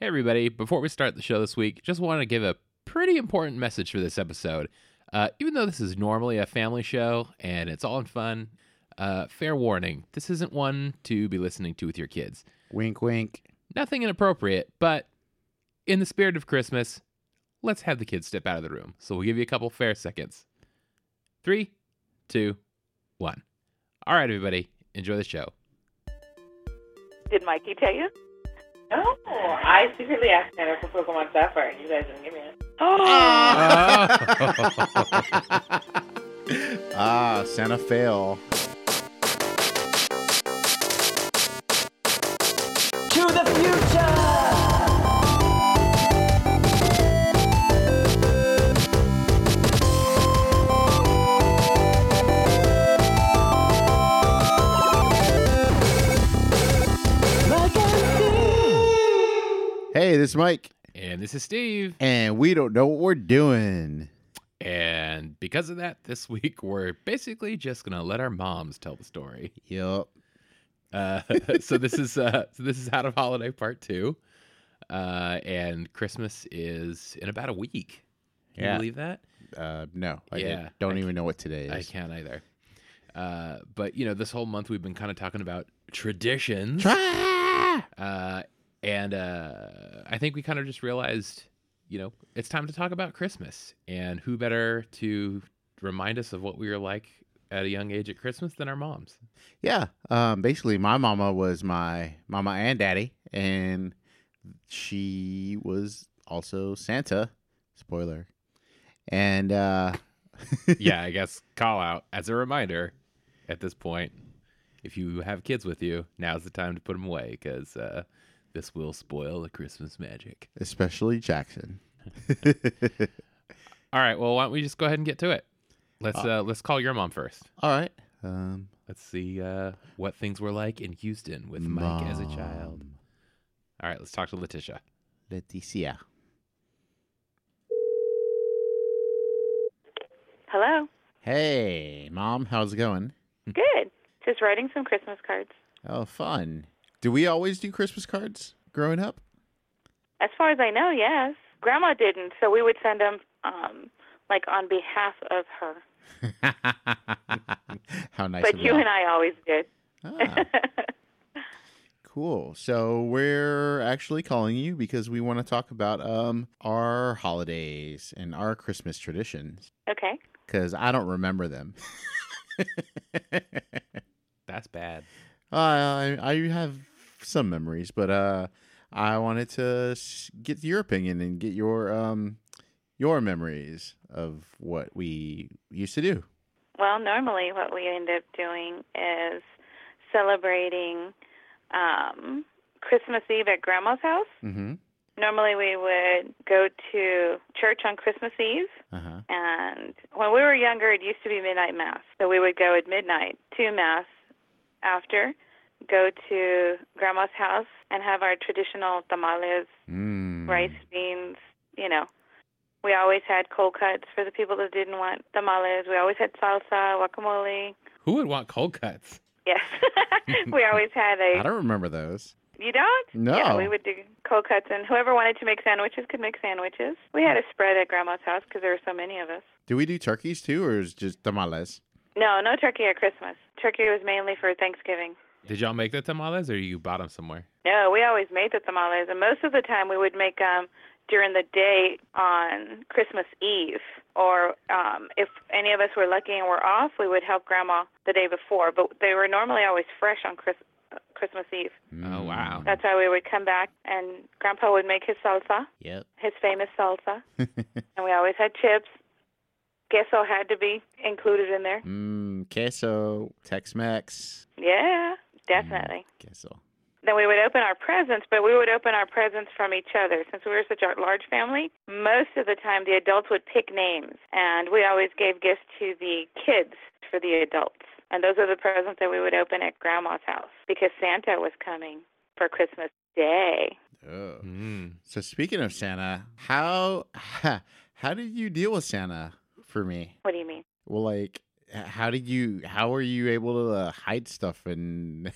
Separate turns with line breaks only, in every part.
Hey, everybody. Before we start the show this week, just want to give a pretty important message for this episode. Uh, even though this is normally a family show and it's all in fun, uh, fair warning this isn't one to be listening to with your kids.
Wink, wink.
Nothing inappropriate, but in the spirit of Christmas, let's have the kids step out of the room. So we'll give you a couple fair seconds. Three, two, one. All right, everybody, enjoy the show.
Did Mikey tell you?
No, I secretly asked Tanner for Pokemon Sapphire, and you guys didn't give me it.
Oh,
ah, Santa fail. Hey, this is Mike,
And this is Steve.
and we don't know what we're doing.
And because of that, this week we're basically just gonna let our moms tell the story.
Yup.
Uh, so this is uh, so this is out of holiday part two, uh, and Christmas is in about a week. Can
Yeah.
you believe that?
Uh, no, I
Yeah,
don't
I
even know what today is.
I can't either. Uh, but you know, this whole month we've been kind of talking about traditions,
Try.
uh, and uh, I think we kind of just realized, you know, it's time to talk about Christmas, and who better to remind us of what we were like at a young age at Christmas than our moms.
Yeah. Um, basically, my mama was my mama and daddy, and she was also Santa. Spoiler. And uh,
yeah, I guess call out as a reminder at this point. If you have kids with you, now's the time to put them away because uh, this will spoil the Christmas magic.
especially Jackson.
All right, well, why don't we just go ahead and get to it? Let's uh, let's call your mom first.
All right. Um,
Let's see uh, what things were like in Houston with Mike as a child.
Mom,
All right, let's talk to Letitia.
Leticia.
hello.
Hey, mom, how's it going?
Good. Just writing some Christmas cards.
Oh, fun. Do we always do Christmas cards growing up?
As far as I know, yes. Grandma didn't, so we would send them, um, like on behalf of her.
How nice. Ah,
but you and I always did.
cool. So we're actually calling you because we want to talk about um our holidays and our Christmas traditions
okay.
because I don't remember them.
That's bad.
Uh, I I have some memories, but uh, I wanted to s- get your opinion and get your um your memories of what we used to do.
Well, normally what we end up doing is celebrating um, Christmas Eve at Grandma's house.
Mm-hmm.
Normally we would go to church on Christmas Eve.
Uh huh.
And when we were younger, it used to be midnight mass. So we would go at midnight to mass after, go to grandma's house and have our traditional tamales,
Mm.
rice, beans, you know. We always had cold cuts for the people that didn't want tamales. We always had salsa, guacamole.
Who would want cold cuts?
Yes. we always had a
I don't remember those.
You don't?
No.
Yeah, we would do cold cuts, and whoever wanted to make sandwiches could make sandwiches. We had a spread at grandma's house because there were so many of us.
Do we do turkeys too, or is just tamales?
No, no turkey at Christmas. Turkey was mainly for Thanksgiving.
Did y'all make the tamales or you bought them somewhere?
No, we always made the tamales, and most of the time we would make them during the day on Christmas Eve, or um, if any of us were lucky and were off, we would help Grandma the day before. But they were normally always fresh on Chris- uh, Christmas Eve.
Oh, wow.
That's why we would come back, and Grandpa would make his salsa,
Yep.
his famous salsa, and we always had chips. Queso had to be included in there.
Mm, queso, Tex-Mex.
Yeah, definitely.
Queso.
then we would open our presents, but we would open our presents from each other. Since we were such a large family, most of the time the adults would pick names, and we always gave gifts to the kids for the adults. And those are the presents that we would open at Grandma's house because Santa was coming for Christmas Day.
Oh.
Mm.
So speaking of Santa, how how did you deal with Santa for me?
What do you mean?
Well, like, h- how did you? How were you able to uh, hide stuff? And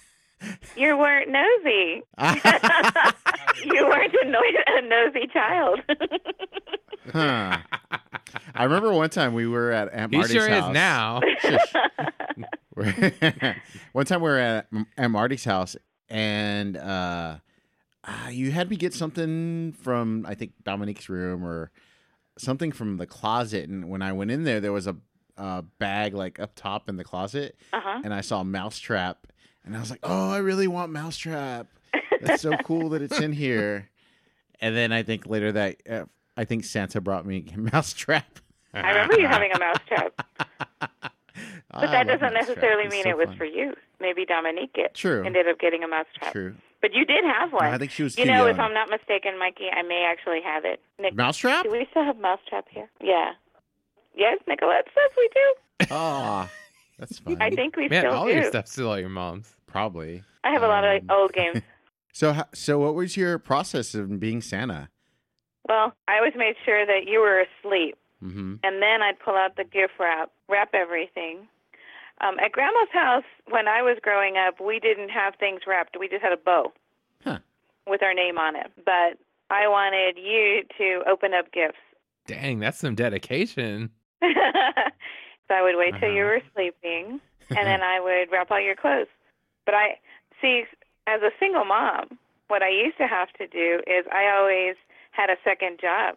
You weren't nosy. you weren't a, no- a nosy child.
Huh. I remember one time we were at Aunt
He
Marty's
sure
house.
is now.
Shush. one time we were at Aunt Marty's house, and uh, uh, you had me get something from I think Dominique's room or something from the closet. And when I went in there, there was a, a bag like up top in the closet,
uh huh.
and I saw Mousetrap, and I was like, "Oh, I really want Mousetrap. That's so cool that it's in here." And then I think later that uh, I think Santa brought me Mousetrap.
I remember you having a mousetrap, but that doesn't necessarily mean it was for you. Maybe Dominique it
True.
ended up getting a mousetrap.
True.
But you did have one.
I think she was
you
too
know,
young.
if I'm not mistaken, Mikey, I may actually have it. Nick,
Mousetrap?
do we still have mousetrap here? Yeah. Yes, Nicolette says we do.
Ah, that's fine.
I think we
Man,
still
all
do.
your stuff's still at your mom's.
probably.
I have a lot of
Um,
old games.
So, ho- so what was your process of being Santa?
well, I always made sure that you were asleep.
Mm-hmm.
and then I'd pull out the gift wrap, wrap everything. Um, at Grandma's house, when I was growing up, we didn't have things wrapped. We just had a bow
Huh.
with our name on it. But I wanted you to open up gifts.
Dang, that's some dedication.
so I would wait till you
Uh-huh.
were sleeping, and then I would wrap all your clothes. But I see, as a single mom, what I used to have to do is I always had a second job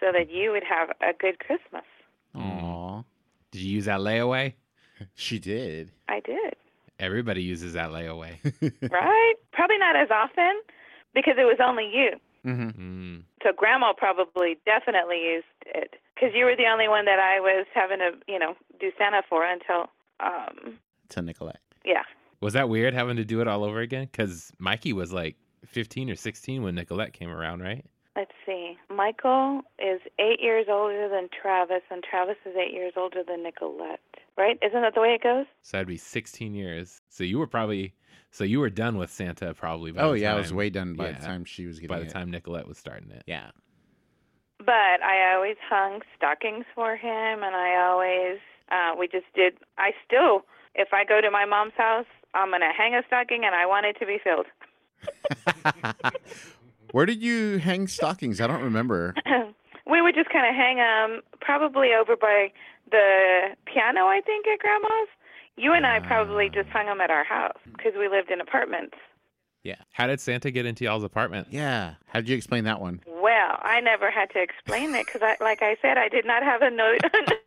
so that you would have a good Christmas.
Aw,
Did you use that layaway?
she did.
I did.
Everybody uses that layaway.
right? Probably not as often because it was only you.
Mm-hmm.
Mm.
So grandma probably definitely used it because you were the only one that I was having to, you know, do Santa for until, um,
To Nicolette.
yeah.
Was that weird having to do it all over again? Because Mikey was like 15 or 16 when Nicolette came around, right?
Let's see. Michael is eight years older than Travis, and Travis is eight years older than Nicolette. Right? Isn't that the way it goes?
So that'd be 16 years. So you were probably, so you were done with Santa probably by
Oh
the
yeah,
time,
I was way done by the
yeah,
time she was getting
by the
it.
time Nicolette was starting it.
Yeah.
But I always hung stockings for him, and I always uh, we just did. I still, if I go to my mom's house, I'm gonna hang a stocking, and I want it to be filled.
Where did you hang stockings? I don't remember.
we would just kind of hang 'em, probably over by the piano, I think, at grandma's. You and I probably just hung 'em at our house because we lived in apartments.
Yeah. How did Santa get into y'all's apartment?
Yeah. How did you explain that one?
Well, I never had to explain it because, I, like I said, I did not have a, no-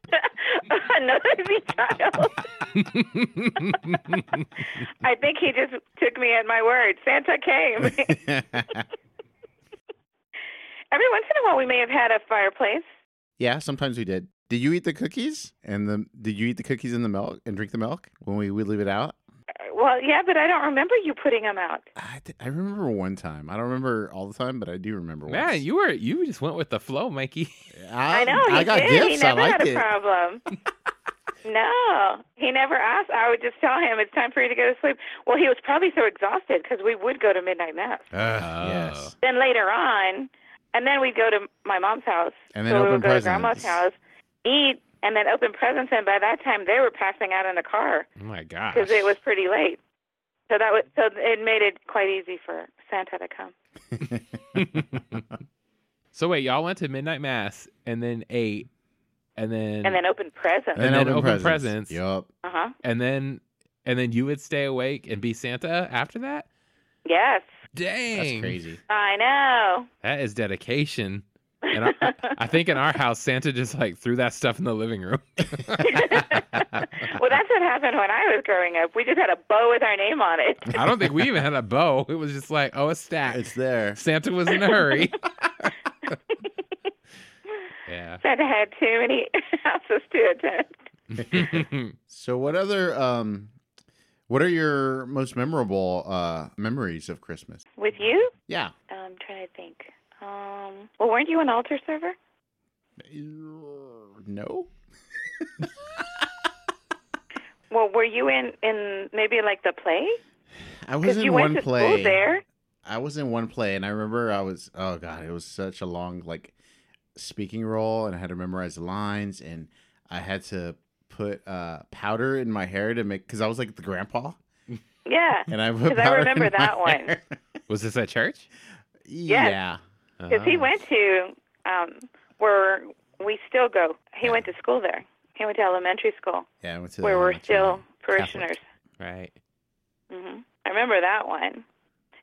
a nosy child. I think he just took me at my word. Santa came. Every once in a while, we may have had a fireplace.
yeah, sometimes we did. Did you eat the cookies and the? Did you eat the cookies and the milk and drink the milk when we would leave it out?
Well, yeah, but I don't remember you putting them out.
I, th- I remember one time. I don't remember all the time, but I do remember.
Man,
once.
you were, you just went with the flow, Mikey.
I know he
Um, I got
did.
gifts.
he never
I liked
had a
it.
problem. no, he never asked. I would just tell him it's time for you to go to sleep. Well, he was probably so exhausted because we would go to midnight mass.
Oh.
Yes.
Then later on, and then we'd go to my mom's house.
And then
so we
open
would go to grandma's
presents.
house, eat, and then open presents. And by that time, they were passing out in the car
Oh my gosh.
because it was pretty late. So that was so it made it quite easy for Santa to come.
So wait, y'all went to midnight mass and then ate, and then
And then open presents.
And then open presents.
Yup.
Uh huh.
and then and then you would stay awake and be Santa after that.
Yes,
Dang,
That's crazy.
I know.
That is dedication. And I, I- I think in our house, Santa just like threw that stuff in the living room.
Well, that's what happened when I was growing up. We just had a bow with our name on it.
I don't think we even had a bow. It was just like, oh, a stack.
It's there.
Santa was in a hurry. yeah.
Santa had too many houses to attend.
So what other um what are your most memorable uh memories of Christmas?
With you?
Yeah.
I'm trying to think. Um, well, weren't you an altar server?
No.
Well, were you in, in maybe like the play?
I was
Because
in
you
one
went to
play.
school there.
I was in one play and I remember I was oh god, it was such a long like speaking role and I had to memorize the lines and I had to put uh powder in my hair to make cuz I was like the grandpa
Yeah.
and I put
Because I
powder in
remember
my
that one.
hair.
Was this at church? Ah,
Yes.
Yeah.
Because
Ah.
he went to um, where we still go. He went to school there. He went to elementary school
Yeah. I went to
where we're
elementary.
still parishioners.
Right.
hmm I remember that one.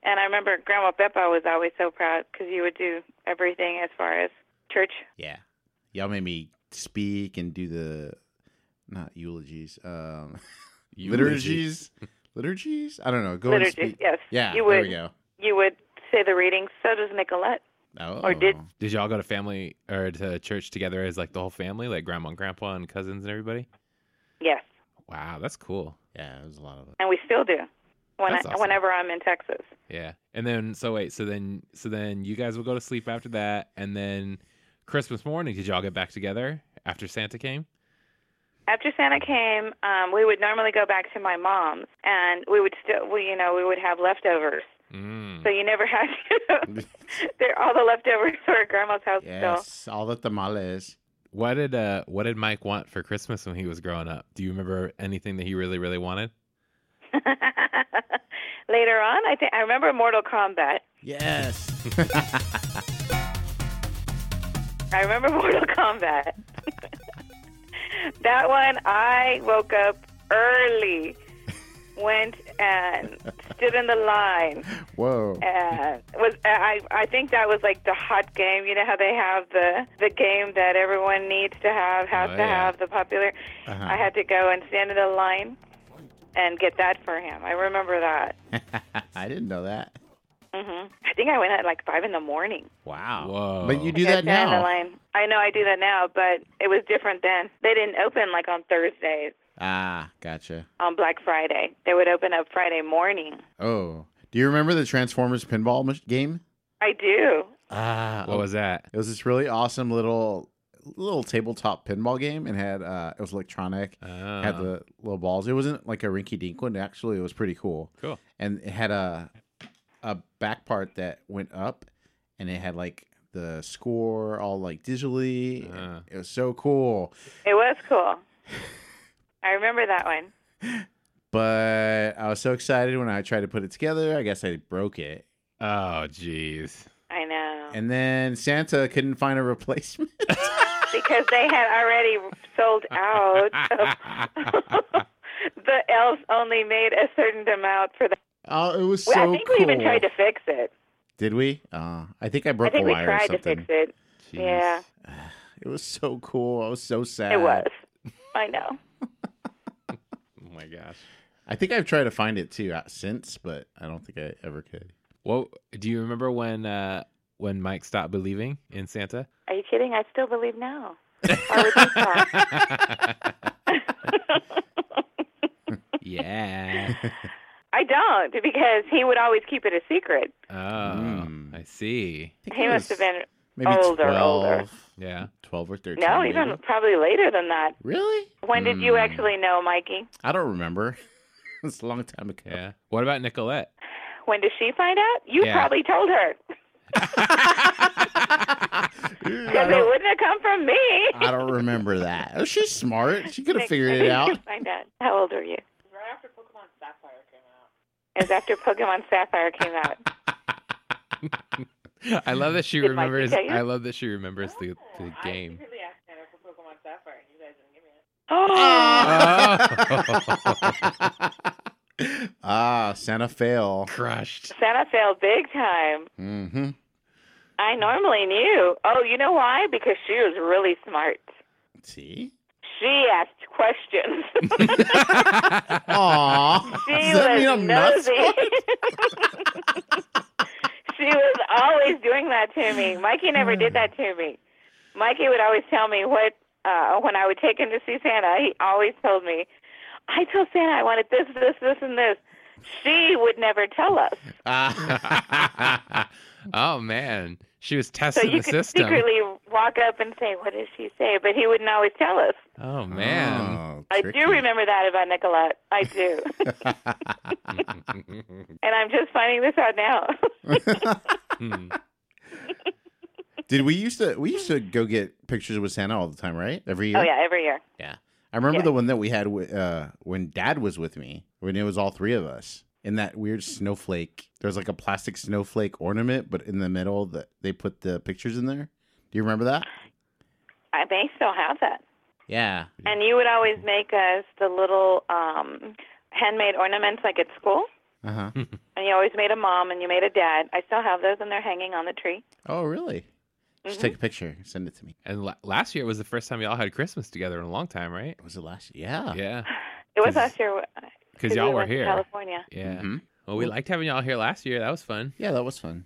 And I remember Grandma Beppa was always so proud because you would do everything as far as church.
Yeah. Y'all made me speak and do the not eulogies. Um liturgies. liturgies? I don't know. Go
liturgy.
and speak.
Yes.
Yeah,
You
there
would
we go.
you would say the readings. So does Nicolette.
Oh.
Or did-
Did y'all go to family or to church together as like the whole family, like grandma and grandpa and cousins and everybody?
Yes.
Wow, that's cool.
Yeah, it was a lot of it.
And we still do. When
That's
I,
awesome.
whenever I'm in Texas.
Yeah. And then so wait, so then so then you guys will go to sleep after that and then Christmas morning did y'all get back together after Santa came?
After Santa came, um, we would normally go back to my mom's, and we would still, we, you know, we would have leftovers.
Mm.
So you never had to. They're all the leftovers were at grandma's house still.
Yes, all the tamales.
What did uh what did Mike want for Christmas when he was growing up? Do you remember anything that he really really wanted?
Later on, I think I remember Mortal Kombat.
Yes.
I remember Mortal Kombat. that one, I woke up early, went and stood in the line,
Whoa.
and Uh, was I? I think that was like the hot game. You know how they have the the game that everyone needs to have, has
Oh,
to
yeah.
have the popular.
Uh-huh.
I had to go and stand in the line and get that for him. I remember that.
I didn't know that.
hmm I think I went at like five in the morning.
Wow.
Whoa.
But you do
Yeah,
that
stand in the
now.
line. I know I do that now, but it was different then. They didn't open like on Thursdays
Ah, gotcha.
on Black Friday. They would open up Friday morning.
Oh. Do you remember the Transformers pinball mach- game?
I do.
Ah,
What was that?
It was this really awesome little little tabletop pinball game and had uh it was electronic.
Oh.
Had the little balls. It wasn't like a rinky dink one. Actually, it was pretty cool.
Cool.
And it had a a back part that went up, and it had like the score all like digitally.
Uh.
It was so cool.
It was cool. I remember that one.
But I was so excited when I tried to put it together. I guess I broke it.
Oh jeez.
I know.
And then Santa couldn't find a replacement.
because they had already sold out. of- the elves only made a certain amount for the.
oh, it was so
Well, I think
cool.
we even tried to fix it.
Did we? Uh, I think I
I
broke
think
a
we
wire or
tried to
something.
fix it.
Jeez.
Yeah.
It was so cool. I was so sad.
It was. I know.
Oh my gosh.
I think I've tried to find it too uh, since, but I don't think I ever could.
Well, do you remember when uh when Mike stopped believing in Santa?
Are you kidding? I still believe now. Why would you stop?
yeah.
I don't because he would always keep it a secret.
Oh,
Mm.
Hmm.
I see.
I think
He
it
must
was
have been
maybe
older,
12,
older.
Yeah.
12 or 13.
no,
maybe.
even probably later than that.
Really?
When did you
Mm.
actually know, Mikey?
I don't remember. it's a long time ago.
Yeah. What about Nicolette?
When did she find out? You
Yeah.
probably told her
Ew, I,
because it
don't,
wouldn't have come from me.
I don't remember that. Oh, she's smart. She could have figured it out.
find out. How old are you?
Right after Pokemon Sapphire came out.
It was after Pokemon Sapphire came out.
I love that she
Did Mike Ah,
remembers.
tell you?
I love that she remembers the,
Oh,
the game.
I secretly asked Tanner for Pokemon Sapphire, and you guys didn't give me it.
Oh,
ah, Santa fail.
Crushed.
Santa failed big time.
Mm-hmm.
I normally knew. Oh, you know why? Because she was really smart.
See?
She asked questions.
Aw.
She
Does that
was
mean I'm not
nosy. she was always doing that to me. Mikey never
Hmm.
did that to me. Mikey would always tell me what uh, when I would take him to see Santa. He always told me, "I told Santa I wanted this, this, this, and this." She would never tell us,
oh man, she was
so
testing
you
the
could
system.
secretly walk up and say, "What did she say?" But he wouldn't always tell us.
Oh man.
Oh,
I
tricky.
do remember that about Nicolette. I do, Oh. and I'm just finding this out now.
Hmm.
Did we used to we used to go get pictures with Santa all the time, right? Every year.
oh yeah, every year.
Yeah. I remember
Yeah.
the one that we had wi- uh, when Dad was with me, when it was all three of us. in that weird snowflake. There's like a plastic snowflake ornament, but in the middle that they put the pictures in there. Do you remember that?
I may still have that.
Yeah.
And you would always make us the little um, handmade ornaments like at school.
Uh huh.
And you always made a mom and you made a dad. I still have those and they're hanging on the tree.
oh, really? Just
Mhm.
take a picture, send it to me.
And la- last year was the first time y'all had Christmas together in a long time, right?
Was it last year? Yeah.
Yeah,
It was
'Cause-
last year uh,
because y'all
we
were
went to
here.
California.
Yeah.
Mhm.
Well, we liked having y'all here last year. That was fun.
Yeah, that was fun.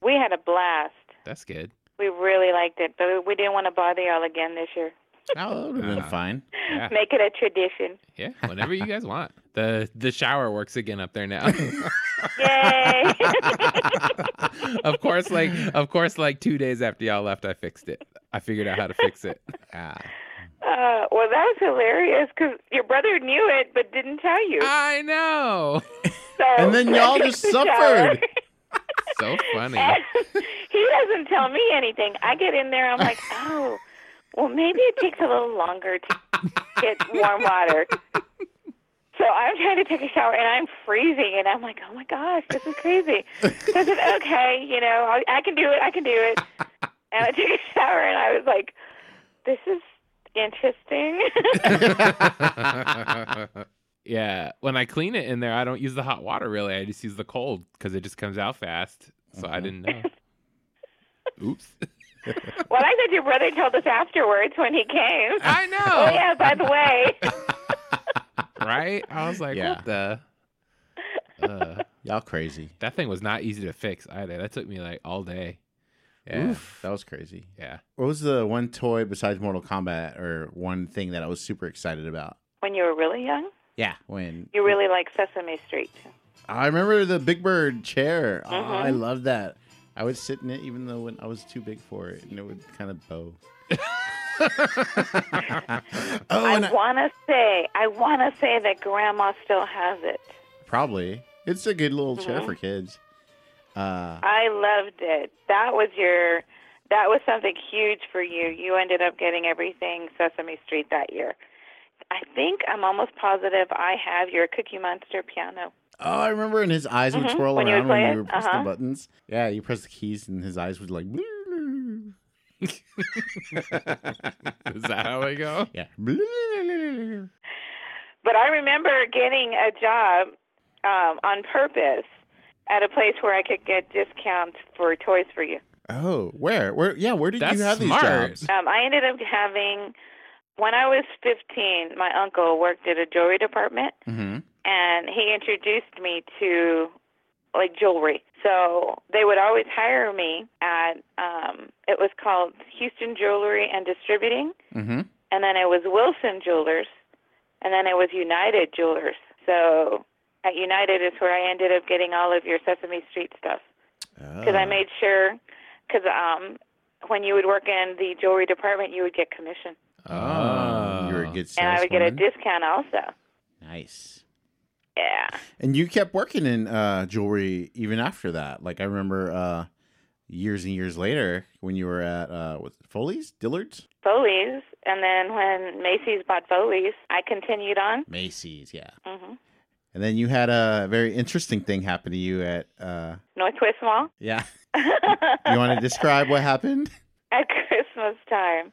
We had a blast.
That's good.
We really liked it, but we didn't want to bother y'all again this year.
Oh, that would have been
Uh,
fine.
Yeah.
Make it a tradition.
Yeah, whenever you guys want. The the shower works again up there now.
Yay!
of course, like of course, like two days after y'all left, I fixed it. I figured out how to fix it.
Ah.
uh, well, that was hilarious because your brother knew it but didn't tell you.
I know.
So
Uh, And then y'all just
the shower.
suffered.
So funny.
And he doesn't tell me anything. I get in there, I'm like, oh, well, maybe it takes a little longer to get warm water. So I'm trying to take a shower and I'm freezing and I'm like, oh my gosh, this is crazy. So I said, okay, you know, I, I can do it, I can do it. And I took a shower and I was like, this is interesting.
yeah, when I clean it in there, I don't use the hot water really. I just use the cold because it just comes out fast. So I
Mhm.
didn't know. Oops.
well, I said your brother told us afterwards when he came.
I
Oh,
know.
yeah, by the way.
Right? I was like,
Yeah.
what the? Uh,
Y'all crazy.
that thing was not easy to fix either. That took me like all day.
Yeah.
Oof.
That was crazy.
Yeah.
What was the one toy besides Mortal Kombat or one thing that I was super excited about?
When you were really young,
Yeah. When
you really liked Sesame Street.
I remember the Big Bird chair. Oh,
Mhm.
I love that. I would sit in it even though when I was too big for it and it would kind of bow. oh, and
I
I-
want to say, I want to say that Grandma still has it.
probably. It's a good little
Mm-hmm.
chair for kids. Uh,
I loved it. That was your, that was something huge for you. You ended up getting everything Sesame Street that year. I think I'm almost positive I have your Cookie Monster piano.
oh, I remember, and his eyes would
Mhm.
twirl
When you would
around
play
when
it?
you were pressing
Uh-huh.
the buttons. Yeah, you press the keys, and his eyes would like.
Is that how they go?
Yeah.
But I remember getting a job um, on purpose at a place where I could get discounts for toys for you.
Oh, where? Where? Yeah, where did
That's
you have
smart.
these jobs?
Um, I ended up having, when I was 15, my uncle worked at a jewelry department,
Mm-hmm.
and he introduced me to like jewelry. So they would always hire me at, um, it was called Houston Jewelry and Distributing,
Mm-hmm.
and then it was Wilson Jewelers, and then it was United Jewelers. So at United is where I ended up getting all of your Sesame Street stuff because
Ah.
I made sure, because um, when you would work in the jewelry department, you would get commission,
Oh, you're a good saleswoman.
and I would get a discount also.
nice.
Yeah,
And you kept working in uh, jewelry even after that. Like I remember uh, years and years later when you were at uh, what, Foley's, Dillard's,
Foley's, and then when Macy's bought Foley's, I continued on.
Macy's, yeah.
hmm
And then you had a very interesting thing happen to you at uh,
Northwest Mall
yeah. You
at
want to describe what happened?
Christmas time.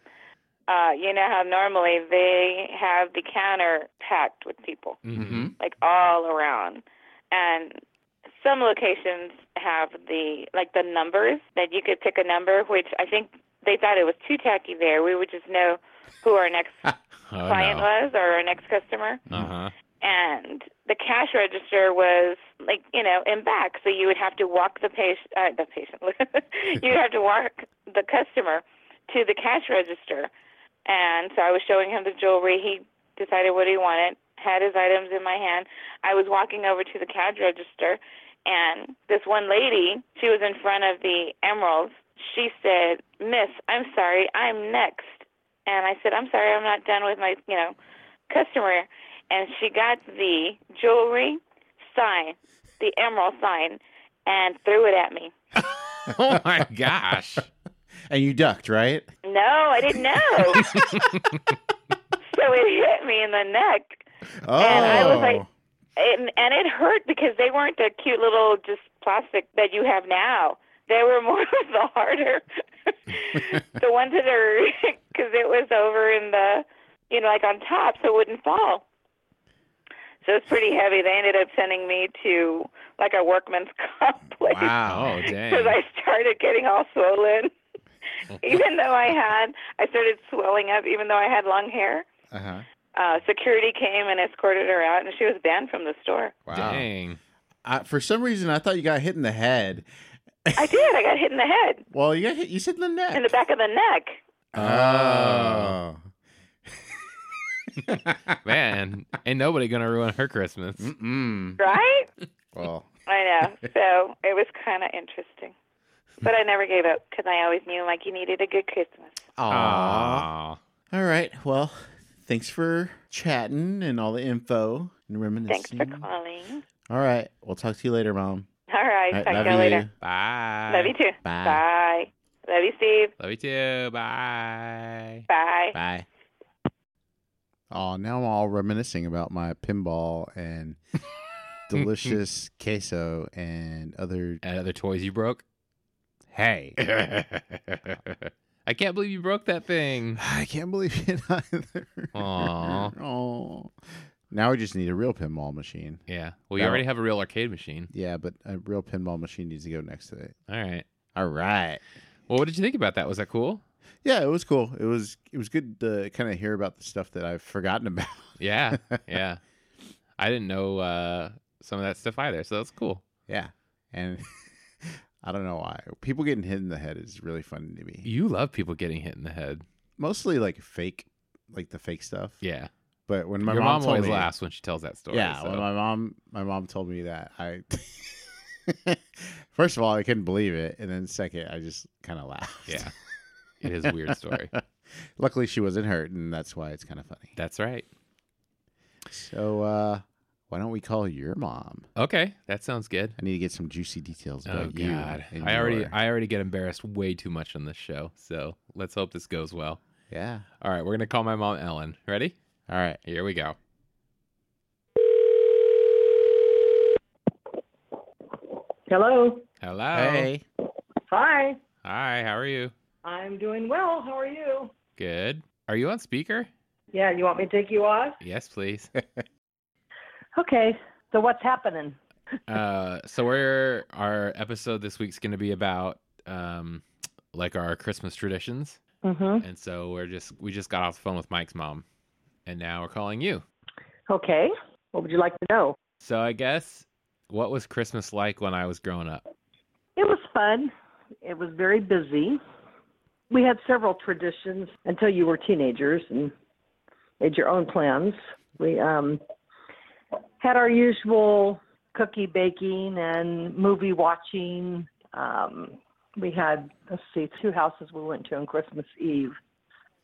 Uh, you know how normally they have the counter packed with people.
Mm-hmm.
like all around. And some locations have the like the numbers that you could pick a number, which I think they thought it was too tacky there. We would just know who our next
Oh,
Mm-hmm.
client was or our next customer.
Uh huh.
And the cash register was like you know in back, so you would have to walk the patient, uh, the patient, you would have to walk the customer to the cash register. And so I was showing him the jewelry. He decided what he wanted, had his items in my hand. I was walking over to the cash register, and this one lady, she was in front of the emeralds. She said, "Miss, I'm sorry, I'm next." And I said, "I'm sorry, I'm not done with my, you know, customer." And she got the jewelry sign, the emerald sign, and threw it at me.
Oh my gosh.
And you ducked, right?
No, I didn't know. so it hit me in the neck.
Oh,
I was like- and, and it hurt because they weren't the cute little just plastic that you have now. They were more of the harder, the ones that are because it was over in the, you know, like on top, so it wouldn't fall. So it's pretty heavy. They ended up sending me to like a workman's comp place
Oh,
Wow.
dang.
because I started getting all swollen. even though I had, I started swelling up. Even though I had long hair,
Uh huh.
uh, security came and escorted her out, and she was banned from the store.
Wow.
Dang.
I, for some reason, I thought you got hit in the head.
I did. I got hit in the head,
Well, you got hit. You said in the neck.
in the back of the neck.
Oh.
Man, ain't nobody going to ruin her Christmas.
Mm. Mm-mm.
Right?
Well,
I know. So it was kind of interesting, but I never gave up because I always knew like you needed a good Christmas.
aw. All right. Well, thanks for chatting and all the info and
Thanks
reminiscing.
for calling.
All right. We'll talk to you later, Mom.
All
All
right.
right,
talk
love
to you later.
you.
Bye.
Love you too.
Bye.
Bye. Love you, Steve.
Love you too. Bye.
Bye.
Bye. Oh, now I'm all reminiscing about my pinball and delicious queso and other.
And other toys you broke? Hey. I can't believe you broke that thing.
I can't believe it either.
Aw.
Oh. Now we just need a real pinball machine.
Yeah. Well, you
No.
already have a real arcade machine.
Yeah, but a real pinball machine needs to go next to it.
All right.
All right.
Well, what did you think about that? Was that cool?
Yeah, it was cool. It was it was good to kind of hear about the stuff that I've forgotten about.
Yeah. Yeah. I didn't know uh, some of that stuff either, so that's cool.
Yeah. And I don't know why. People getting hit in the head is really funny to me.
You love people getting hit in the head.
Mostly like fake like the fake stuff.
Yeah.
But when my
Your
mom,
mom,
told
always
me,
laughs when she tells that story.
Yeah,
so- "Oh."
when my mom my mom told me that I First of all, I couldn't believe it, and then second, I just kind of laughed.
yeah. It is a weird story.
Luckily, she wasn't hurt, and that's why it's kind of funny.
That's right.
So, uh, why don't we call your mom?
Okay. That sounds good.
I need to get some juicy details
Oh
about you.
God!
and
I already
your-
I already get embarrassed way too much on this show. So let's hope this goes well.
yeah.
All right, we're gonna call my mom Ellen. Ready?
All right.
Here we go.
Hello.
Hello.
Hey.
Hi.
Hi. How are you?
I'm doing well. How are you?
Good. Are you on speaker?
Yeah, you want me to take you off?
Yes, please.
Okay. So what's happening?
uh, so we're our episode this week's gonna be about um, like our Christmas traditions,
Mhm.
and so we're just we just got off the phone with Mike's mom, and now we're calling you.
Okay. What would you like to know?
So I guess what was Christmas like when I was growing up?
It was fun. It was very busy. We had several traditions until you were teenagers and made your own plans. We um, had our usual cookie baking and movie watching. Um, we had, let's see, two houses we went to on Christmas Eve.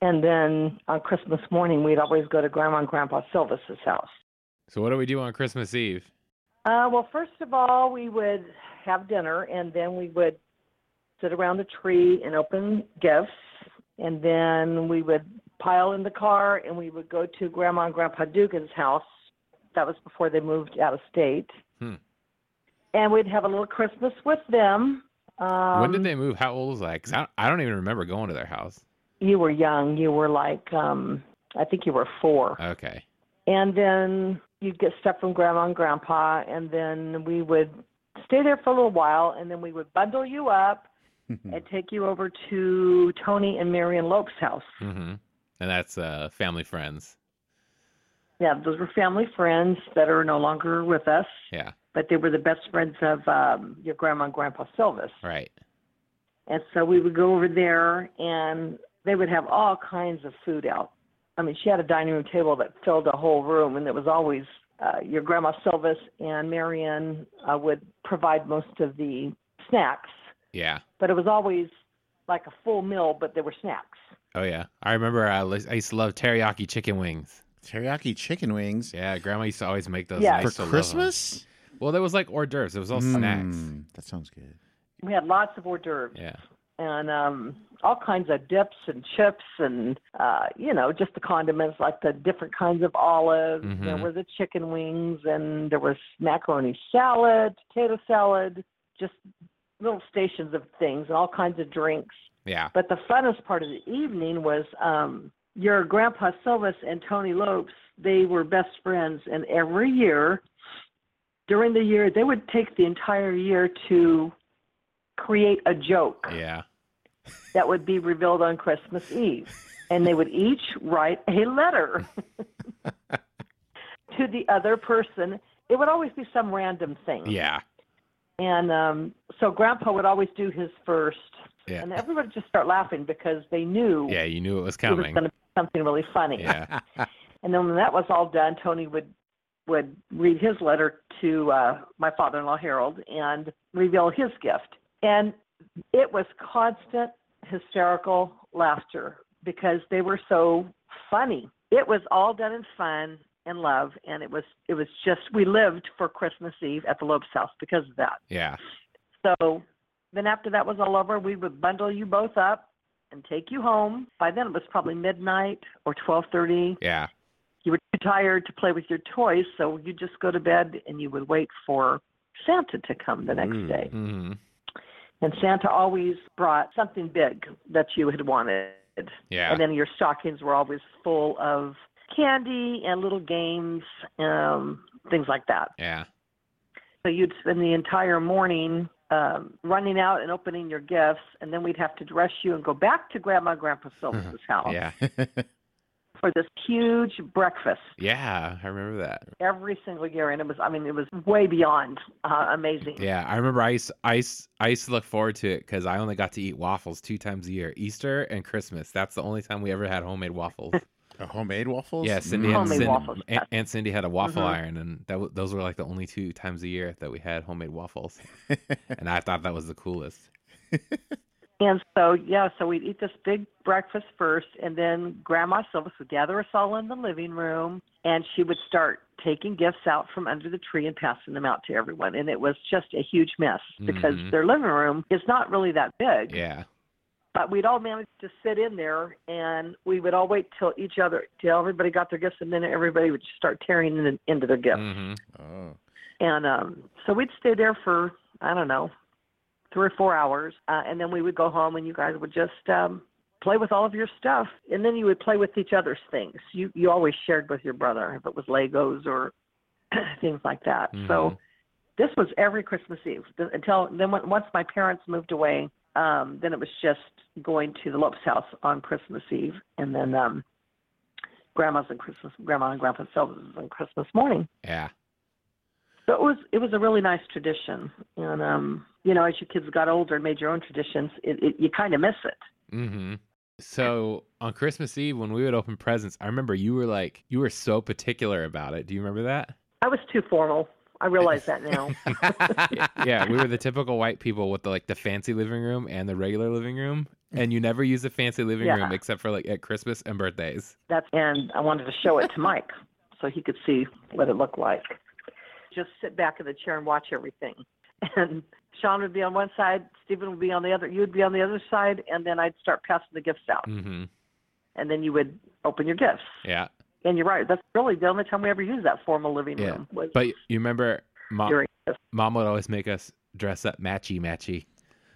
And then on Christmas morning, we'd always go to Grandma and Grandpa Silvis's house.
So what do we do on Christmas Eve?
Uh, well, first of all, we would have dinner, and then we would sit around the tree and open gifts, and then we would pile in the car, and we would go to Grandma and Grandpa Dugan's house. That was before they moved out of state,
Hmm.
and we'd have a little Christmas with them. Um,
when did they move? How old was I? 'Cause I, I don't even remember going to their house.
You were young. You were like, um, I think you were four.
Okay.
And then you'd get stuff from grandma and grandpa, and then we would stay there for a little while, and then we would bundle you up
Hmm.
and take you over to Tony and Marion Lope's house.
hmm And that's uh, family friends.
Yeah, those were family friends that are no longer with us,
Yeah.
but they were the best friends of um, your grandma and grandpa Silvis.
Right.
And so we would go over there, and they would have all kinds of food out. I mean, she had a dining room table that filled a whole room, and it was always uh, your grandma Silvis and Marianne uh, would provide most of the snacks,
Yeah.
but it was always like a full meal, but there were snacks.
Oh yeah. I remember I, li- I used to love teriyaki chicken wings.
Teriyaki chicken wings
Yeah. Grandma used to always make those.
Yeah.
and I
for
used to love 'em.
Christmas? Hmm.
Well, there was like hors d'oeuvres. It was all snacks.
Mm, that sounds good.
We had lots of hors d'oeuvres.
Yeah.
and um all kinds of dips and chips and uh you know just the condiments like the different kinds of olives
Mhm.
there were the chicken wings and there was macaroni salad potato salad just little stations of things and all kinds of drinks
Yeah.
but the funnest part of the evening was um your grandpa Silvis and Tony Lopes, they were best friends and every year during the year they would take the entire year to create a joke
Yeah.
that would be revealed on Christmas Eve. And they would each write a letter to the other person. It would always be some random thing.
Yeah.
And um, so Grandpa would always do his first.
Yeah.
And everybody would just start laughing because they knew
Yeah. You knew it was
it was
coming.
going to be something really funny.
Yeah.
And then when that was all done, Tony would would read his letter to uh, my father-in-law Harold and reveal his gift. And it was constant hysterical laughter because they were so funny. It was all done in fun and love, and it was it was just we lived for Christmas Eve at the Lopes house because of that.
Yeah.
So then after that was all over, we would bundle you both up and take you home. By then it was probably midnight or twelve thirty
Yeah.
you were too tired to play with your toys, so you just go to bed and you would wait for Santa to come the next
Mm.
day.
hmm
And Santa always brought something big that you had wanted.
Yeah.
And then your stockings were always full of candy and little games, um, things like that.
Yeah.
So you'd spend the entire morning um, running out and opening your gifts, and then we'd have to dress you and go back to Grandma and Grandpa Silver's house
Yeah.
for this huge breakfast.
Yeah. I remember that.
every single year, and it was I mean it was way beyond uh, amazing.
Yeah, I remember I used, I used, I used to look forward to it because I only got to eat waffles two times a year Easter and Christmas. That's the only time we ever had homemade waffles.
Uh, homemade waffles?
yeah, Cindy,
Mm.
and
Homemade
Cindy
waffles,
Aunt, Aunt Cindy had a waffle
Mhm.
iron, and that w- those were like the only two times a year that we had homemade waffles. and I thought that was the coolest.
And so yeah, so we'd eat this big breakfast first, and then Grandma Silvis would gather us all in the living room, and she would start taking gifts out from under the tree and passing them out to everyone. And it was just a huge mess because
Mhm.
their living room is not really that big.
Yeah,
But we'd all manage to sit in there, and we would all wait till each other, till everybody got their gifts, and then everybody would just start tearing in, into their gifts.
hmm
Oh.
And um, so we'd stay there for, I don't know, three or four hours. Uh, and then we would go home and you guys would just um, play with all of your stuff. And then you would play with each other's things. You, you always shared with your brother if it was Legos or things like that.
Mhm.
So this was every Christmas Eve th- until then, when, once my parents moved away, um, then it was just going to the Lopes house on Christmas Eve. And then um, grandma's and Christmas, grandma and grandpa Silva's on Christmas morning.
yeah,
So it was it was a really nice tradition, and um, you know, as your kids got older and made your own traditions, it, it you kind of miss it.
hmm So on Christmas Eve, when we would open presents, I remember you were like, you were so particular about it. Do you remember that?
I was too formal. I realize that now.
yeah, we were the typical white people with the, like the fancy living room and the regular living room, and you never use the fancy living
Yeah.
room except for like at Christmas and birthdays.
That's and I wanted to show it to Mike so he could see what it looked like. Just sit back in the chair and watch everything. And Sean would be on one side, Stephen would be on the other, you'd be on the other side, and then I'd start passing the gifts out,
hmm
and then you would open your gifts.
Yeah,
And you're right. That's really the only time we ever used that formal living
Yeah.
room was
but you remember, mom,
during this.
mom would always make us dress up matchy matchy.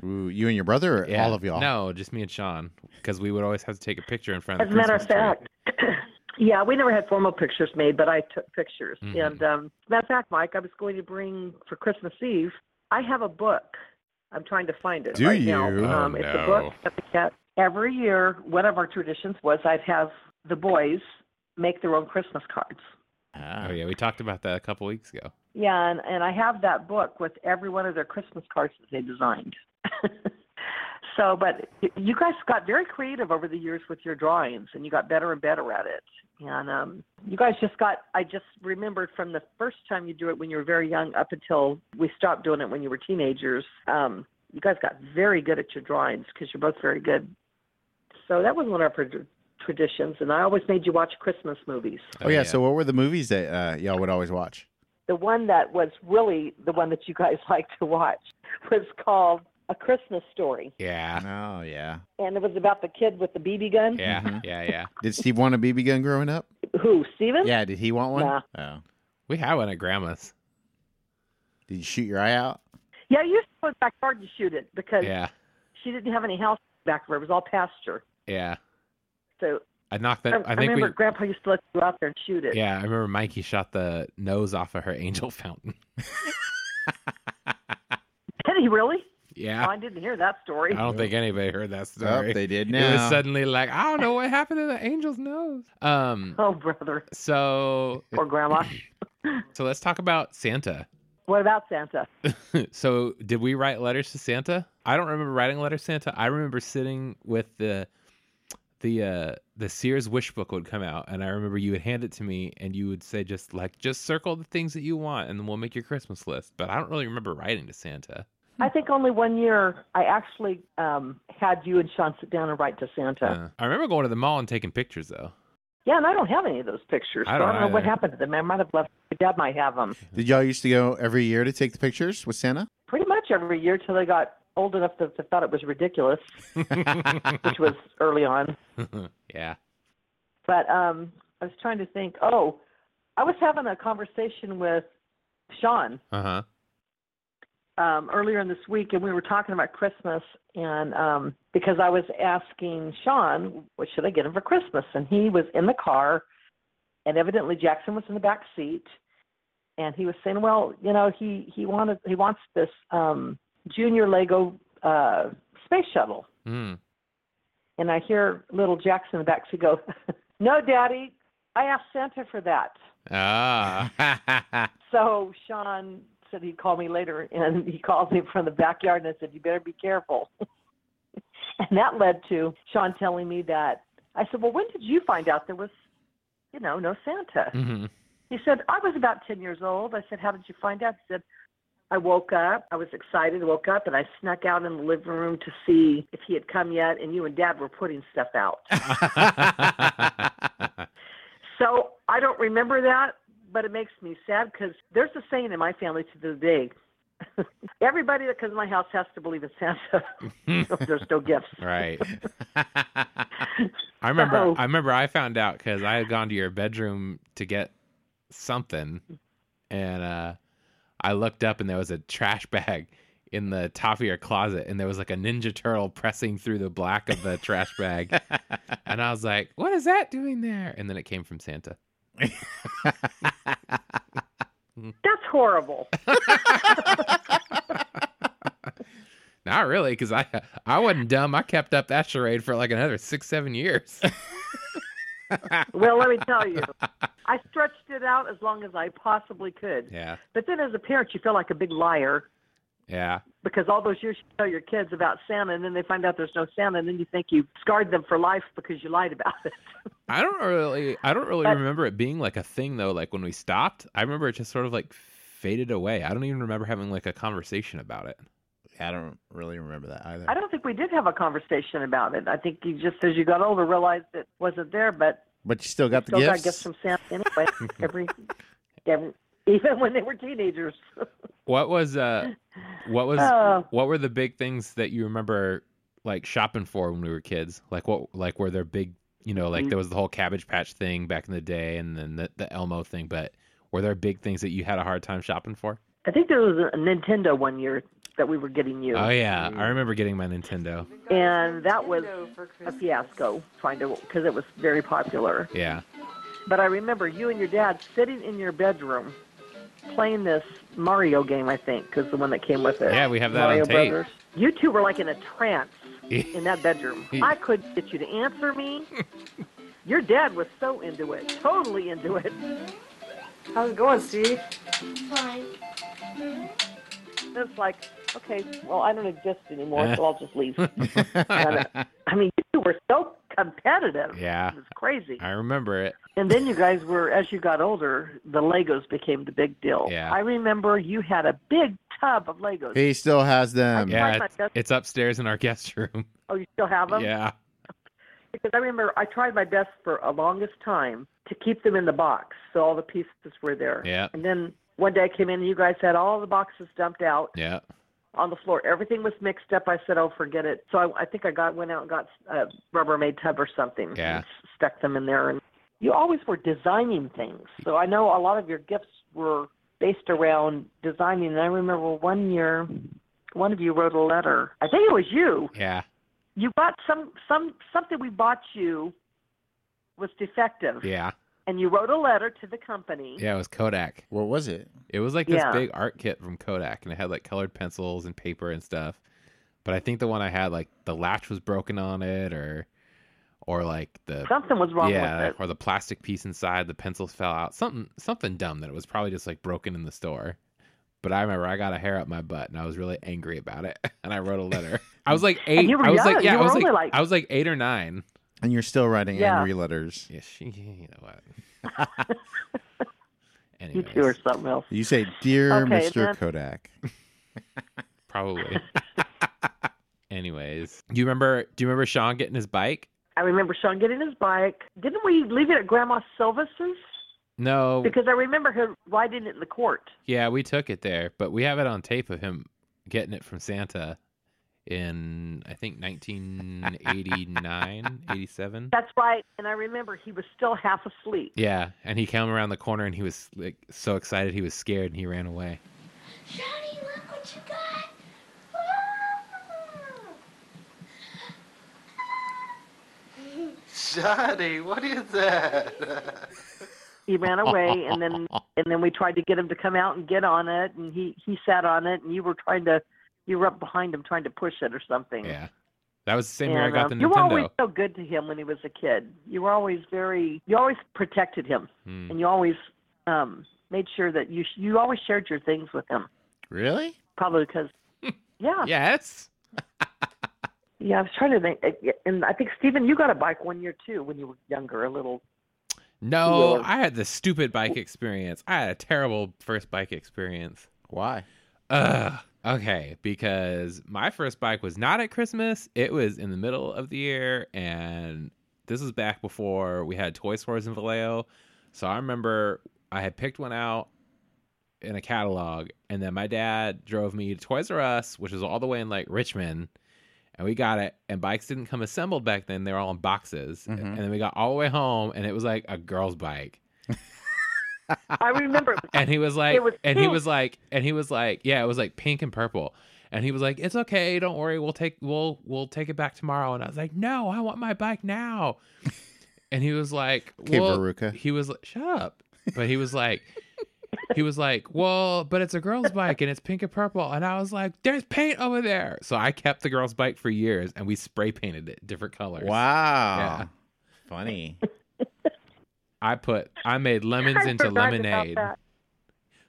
Oh. Ooh, you and your brother or
Yeah.
all of y'all?
No, just me and Sean, because we would always have to take a picture in front
As
of.
a
the
matter of
Christmas tree.
fact, yeah, we never had formal pictures made, but I took pictures.
Mhm.
And um, as a matter of fact, Mike, I was going to bring for Christmas Eve. I have a book. I'm trying to find it
Do
right now.
you?
Oh,
Um, It's a
no.
book that the cat. Every year, one of our traditions was I'd have the boys make their own Christmas cards.
Ah.
Oh yeah, we talked about that a couple weeks ago.
Yeah, and, and I have that book with every one of their Christmas cards that they designed. so, but y- you guys got very creative over the years with your drawings, and you got better and better at it. And um, you guys just got, I just remembered from the first time you do it when you were very young up until we stopped doing it when you were teenagers. Um, you guys got very good at your drawings because you're both very good. So that was one of our pr- traditions, and I always made you watch Christmas movies.
Oh, yeah, So what were the movies that uh, y'all would always watch?
the one that was really the one that you guys like to watch was called A Christmas Story,
Yeah.
Oh yeah.
and it was about the kid with the BB gun.
Yeah.
Mhm.
Yeah. Yeah.
Did Steve want a BB gun growing up?
Who? Steven?
Yeah. Did he want one?
Nah.
Oh.
We had one at grandma's.
Did you shoot your eye out?
Yeah, you used to go in the backyard to shoot it because
Yeah.
she didn't have any house back there. It was all pasture.
Yeah.
So
I knocked
I,
that. I,
I
think
remember
we.
Grandpa used to let you go out there and shoot it.
Yeah, I remember Mikey shot the nose off of her angel fountain.
Did he really?
Yeah.
Oh, I didn't hear that story.
I don't think anybody heard that
Nope,
story.
they did
It
now.
was suddenly like, I don't know what happened to the angel's nose. Um
Oh, brother.
so
Poor Grandma.
so let's talk about Santa.
what about Santa?
so did we write letters to Santa? I don't remember writing a letter to Santa. I remember sitting with the the uh the Sears wish book would come out and I remember you would hand it to me and you would say just like just circle the things that you want and then we'll make your Christmas list. But I don't really remember writing to Santa.
I think only one year I actually um, had you and Sean sit down and write to Santa.
Uh, I remember going to the mall and taking pictures though.
Yeah, and I don't have any of those pictures.
I
so
don't
I don't know what
either.
happened to them. I might have left. My dad might have them.
Did y'all used to go every year to take the pictures with Santa?
Pretty much every year till they got old enough that they thought it was ridiculous, which was early on.
yeah.
But um, I was trying to think. Oh, I was having a conversation with Sean
Uh-huh.
um, earlier in this week, and we were talking about Christmas, and um, because I was asking Sean, what should I get him for Christmas, and he was in the car, and evidently Jackson was in the back seat, and he was saying, well, you know, he he wanted he wants this um, junior Lego uh, space shuttle,
Mm.
and I hear little Jackson in the back seat go, no, Daddy, I asked Santa for that.
Ah.
So Sean said he'd call me later, and he called me from the backyard and I said, "You better be careful." and that led to Sean telling me that I said, "Well, when did you find out there was, you know, no Santa?"
hmm
He said, "I was about ten years old." I said, "How did you find out?" He said. I woke up. I was excited. Woke up and I snuck out in the living room to see if he had come yet. And you and Dad were putting stuff out. So I don't remember that, but it makes me sad because there's a saying in my family to this day. Everybody that comes to my house has to believe in Santa. or There's no gifts.
right. I remember.
So-
I remember. I found out because I had gone to your bedroom to get something, and uh, I looked up and there was a trash bag in the top of your closet, and there was like a Ninja Turtle pressing through the black of the trash bag, and I was like, "What is that doing there?" And then it came from Santa.
That's horrible.
Not really, because I I wasn't dumb. I kept up that charade for like another six, seven years.
Well, let me tell you, I stretched it out as long as I possibly could.
yeah,
But then as a parent, you feel like a big liar
yeah,
because all those years you tell your kids about Santa and then they find out there's no Santa and then you think you scarred them for life because you lied about it.
I don't really, I don't really
But-
remember it being like a thing though. Like when we stopped, I remember it just sort of like faded away. I don't even remember having like a conversation about it.
I don't really remember that either.
I don't think we did have a conversation about it. I think you just, as you got older, realized it wasn't there, but
But you still got the
still
gifts.
got gifts from Santa anyway. every, every, even when they were teenagers.
What was, uh, what was,
Oh.
what were the big things that you remember like shopping for when we were kids? Like what, like were there big, you know,
Mm.
like there was the whole Cabbage Patch thing back in the day, and then the, the Elmo thing. But were there big things that you had a hard time shopping for?
I think there was a Nintendo one year that we were getting you,
Oh yeah, I remember getting my Nintendo.
and that was a fiasco trying to because it was very popular.
Yeah.
But I remember you and your dad sitting in your bedroom playing this Mario game. I think is the one that came with it.
Yeah, we have that
Mario
on tape.
Brothers. You two were like in a trance in that bedroom. I couldn't get you to answer me. Your dad was so into it, totally into it.
How's it going, Steve?
Mm-hmm. It's like, okay, well, I don't exist anymore, so I'll just leave. And, uh, I mean, you were so competitive.
Yeah.
It was crazy.
I remember it.
And then you guys were, as you got older, the Legos became the big deal.
Yeah.
I remember you had a big tub of Legos.
He still has them.
Like
Yeah,
my
it's,
best-
it's upstairs in our guest room.
Oh, you still have them?
Yeah.
Because I remember I tried my best for a longest time to keep them in the box, so all the pieces were there.
Yeah.
And then one day I came in, and you guys had all the boxes dumped out,
Yeah.
on the floor. Everything was mixed up. I said, "Oh, forget it." So I, I think I got went out and got a Rubbermaid tub or something.
Yeah.
and s- stuck them in there. And you always were designing things, so I know a lot of your gifts were based around designing. And I remember one year, one of you wrote a letter. I think it was you.
Yeah.
You bought some some something we bought you was defective,
Yeah.
and you wrote a letter to the company.
Yeah. It was Kodak.
What was it?
It was like this
Yeah.
big art kit from Kodak, and it had like colored pencils and paper and stuff. But I think the one I had, like the latch was broken on it, or, or like the
Something was wrong
yeah,
with it.
or the plastic piece inside, the pencils fell out. Something, something dumb that it was probably just like broken in the store. But I remember I got a hair up my butt, and I was really angry about it, and I wrote a letter. I was like eight.
you were
I was like
young.
yeah,
You
I was
were
like,
only, like-
I was like eight or nine.
And you're still writing
Yeah.
angry letters.
Yeah, she, you know what.
You
Anyways,
two are something else.
You say, "Dear
Okay,
Mr.
then-
Kodak."
probably. Anyways, do you remember? Do you remember Sean getting his bike?
I remember Sean getting his bike. Didn't we leave it at Grandma Silvis's?
No.
Because I remember her riding it in the court.
Yeah, we took it there, but we have it on tape of him getting it from Santa in I think 1989, 87.
That's right. And I remember he was still half asleep.
Yeah, and he came around the corner and he was like so excited, he was scared and he ran away.
Johnny, look what you got! Ah. Wow.
Johnny, what is that?
He ran away, and then and then we tried to get him to come out and get on it, and he he sat on it, and you were trying to you were up behind him trying to push it or something.
Yeah. That was the same year I
And,
got
um,
the
you were always
Nintendo.
so good to him when he was a kid. You were always very you always protected him,
Hmm.
and you always um made sure that you you always shared your things with him.
Really?
Probably because yeah.
Yes.
Yeah, I was trying to think, uh, and I think Stephen, you got a bike one year too when you were younger, a little.
No,
Yeah.
I had the stupid bike experience. I had a terrible first bike experience.
Why?
Ugh. Okay, because my first bike was not at Christmas. It was in the middle of the year, and this was back before we had toy stores in Vallejo. So I remember I had picked one out in a catalog, and then my dad drove me to Toys R Us, which is all the way in like Richmond, and we got it. And bikes didn't come assembled back then; they were all in boxes.
Mhm.
And then we got all the way home, and it was like a girl's bike
I remember it was
and he was like
was
and he
pink.
was like and he was like yeah it was like pink and purple and he was like it's okay don't worry we'll take we'll we'll take it back tomorrow and i was like no i want my bike now and he was like
Kid
well
Veruca.
he was like shut up but he was like he was like well but it's a girl's bike and it's pink and purple and i was like there's paint over there so i kept the girl's bike for years and we spray painted it different colors
Wow.
Yeah.
Funny.
i put i made lemons
I
into
forgot about
lemonade
that.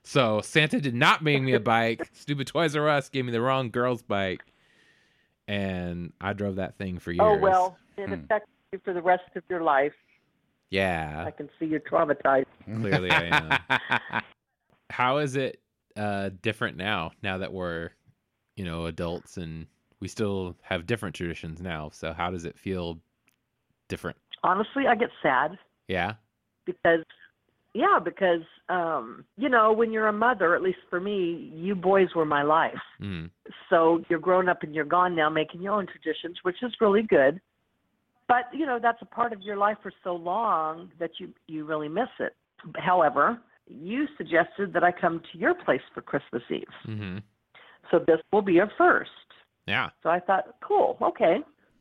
So Santa did not bring me a bike. Stupid Toys R Us gave me the wrong girl's bike, and I drove that thing for years.
Oh well, it
Hmm.
affected you for the rest of your life.
Yeah,
I can see you're traumatized.
clearly I am. How is it uh, different now? Now that we're, you know, adults and we still have different traditions now. So how does it feel different?
Honestly, I get sad
Yeah,
because, yeah, because um, you know when you're a mother, at least for me, you boys were my life.
mm.
So you're grown up and you're gone now, making your own traditions, which is really good. But you know that's a part of your life for so long that you you really miss it. However, you suggested that I come to your place for Christmas Eve,
hmm
so this will be a first.
yeah.
So I thought, cool, okay,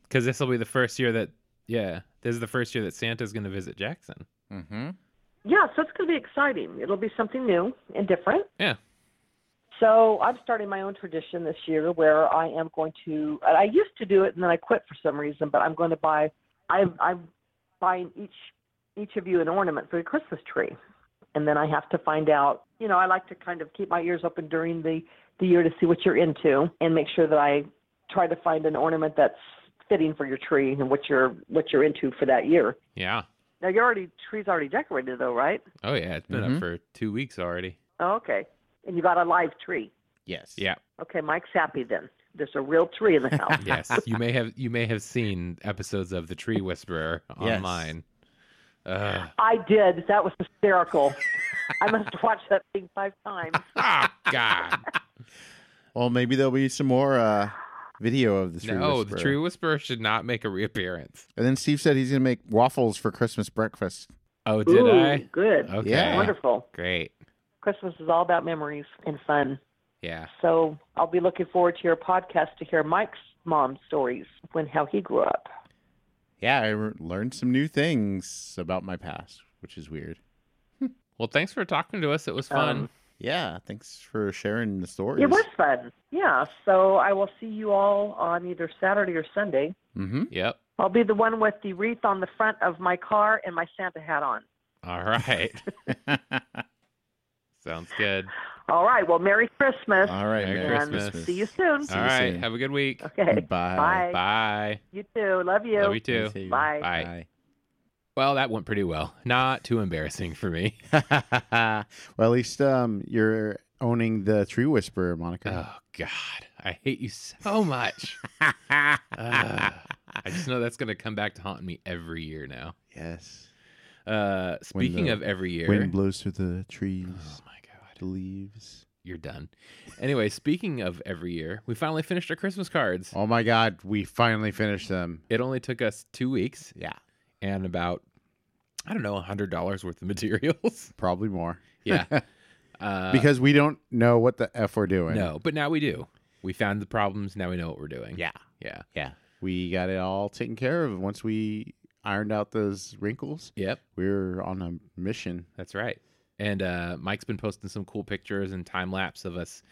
Because this will be the first year that yeah, this is the first year that Santa's going to visit Jackson.
mm-hmm.
yeah. So it's going to be exciting. It'll be something new and different.
Yeah.
So I'm starting my own tradition this year where I am going to. and I used to do it and then I quit for some reason, but I'm going to buy. I, I'm buying each each of you an ornament for your Christmas tree, and then I have to find out. You know, I like to kind of keep my ears open during the the year to see what you're into and make sure that I try to find an ornament that's fitting for your tree and what you're what you're into for that year.
Yeah.
Now your already tree's already decorated though, right?
Oh yeah, it's been
Mhm.
Mm-hmm.
up for two weeks already.
Oh, okay, and you got a live tree.
Yes.
Yeah.
Okay, Mike's happy then. There's a real tree in the house.
yes you may have you may have seen episodes of the tree whisperer
Yes.
online Ugh.
I did. That was hysterical. I must watch that thing five times.
ah god
Well, maybe there'll be some more uh, video of the tree
no,
whisperer.
the true whisperer should not make a reappearance.
And then Steve said he's gonna make waffles for Christmas breakfast.
Oh, did
Ooh,
I?
Good.
Okay.
Yeah.
Wonderful.
Great.
Christmas is all about memories and fun.
Yeah.
So I'll be looking forward to your podcast to hear Mike's mom's stories when how he grew up.
Yeah, I re- learned some new things about my past, which is weird.
Well, thanks for talking to us. It was fun.
Um,
Yeah, thanks for sharing the stories.
It was
Fun.
yeah.
So I will see you all on either Saturday or Sunday.
Mm-hmm.
yep.
I'll be the one with the wreath on the front of my car and my Santa hat on.
All right.
Mm-hmm.
Sounds good.
All right. Well, Merry Christmas.
All right,
Merry
Merry
and
Christmas.
see you soon.
See
All
you
right.
soon.
Have a good week.
Okay.
Bye.
Bye.
Bye.
You too. Love you.
Love you too.
See you.
Bye.
Bye. Well, that went pretty well. Not too embarrassing for me.
Bye. well, at least um, you're owning the tree whisperer, Monica.
Oh God, I hate you so much. Ugh. I just know that's gonna come back to haunt me every year now.
yes.
Uh, speaking
the
of every year,
Wind blows through the trees,
oh my God,
the leaves.
you're done. Anyway, speaking of every year, we finally finished our Christmas cards.
Oh my God, we finally finished them.
It only took us two weeks
Yeah,
and about I don't know hundred dollars worth of materials.
probably more
yeah, uh,
because we don't know what the f we're doing.
no, but now we do. We found the problems. Now we know what we're doing.
Yeah.
yeah,
Yeah. We got it all taken care of. Once we ironed out those wrinkles,
yep.
we were on a mission.
That's right. And uh, Mike's been posting some cool pictures and time lapse of us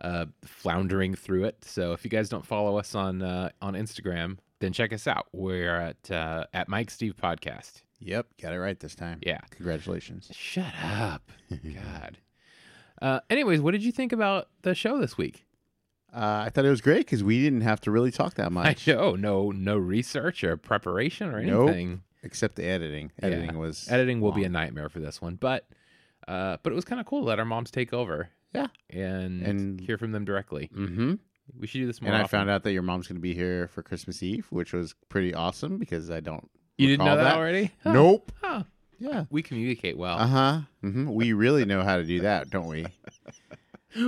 uh, floundering through it. So if you guys don't follow us on uh, on Instagram, then check us out. We're at uh, at Mike Steve Podcast.
Yep. Got it right this time.
Yeah.
Congratulations.
Shut up, God. Uh, anyways, what did you think about the show this week?
Uh, I thought it was great because we didn't have to really talk that
I
much,
know no no research or preparation or
Nope.
anything.
except the editing.
Yeah.
Editing was
Editing will be a
long.
nightmare for this one, but uh, but it was kind of cool to let our moms take over.
Yeah.
and
And-
hear from them directly.
Mm-hmm.
We should do this more.
And I
often.
found out that your mom's going to be here for Christmas Eve, which was pretty awesome because I don't.
You didn't know
recall
that,
that.
already? Huh.
Nope.
Huh.
Yeah.
We communicate well.
Uh huh. hmm We really know how to do that, don't we?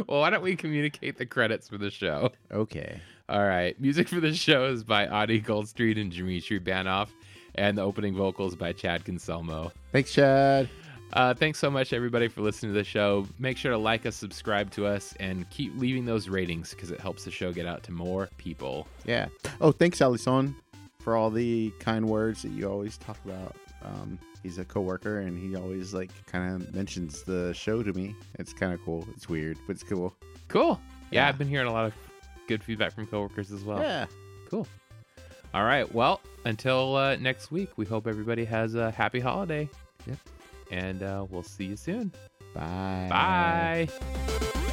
Well, why don't we communicate the credits for the show?
Okay.
All right. Music for the show is by Audie Goldstreet and Dimitri Banoff, and the opening vocals by Chad Conselmo.
Thanks, Chad.
Uh, thanks so much, everybody, for listening to the show. Make sure to like us, subscribe to us, and keep leaving those ratings because it helps the show get out to more people.
Yeah. Oh, thanks, Alison, for all the kind words that you always talk about. Um, he's a coworker, and he always like kind of mentions the show to me. It's kind of cool. It's weird, but it's cool.
Cool. Yeah,
Yeah.
I've been hearing a lot of good feedback from coworkers as well.
Yeah.
Cool. All right. Well, until uh, next week, we hope everybody has a happy holiday.
Yep.
And uh, we'll see you soon.
Bye.
Bye.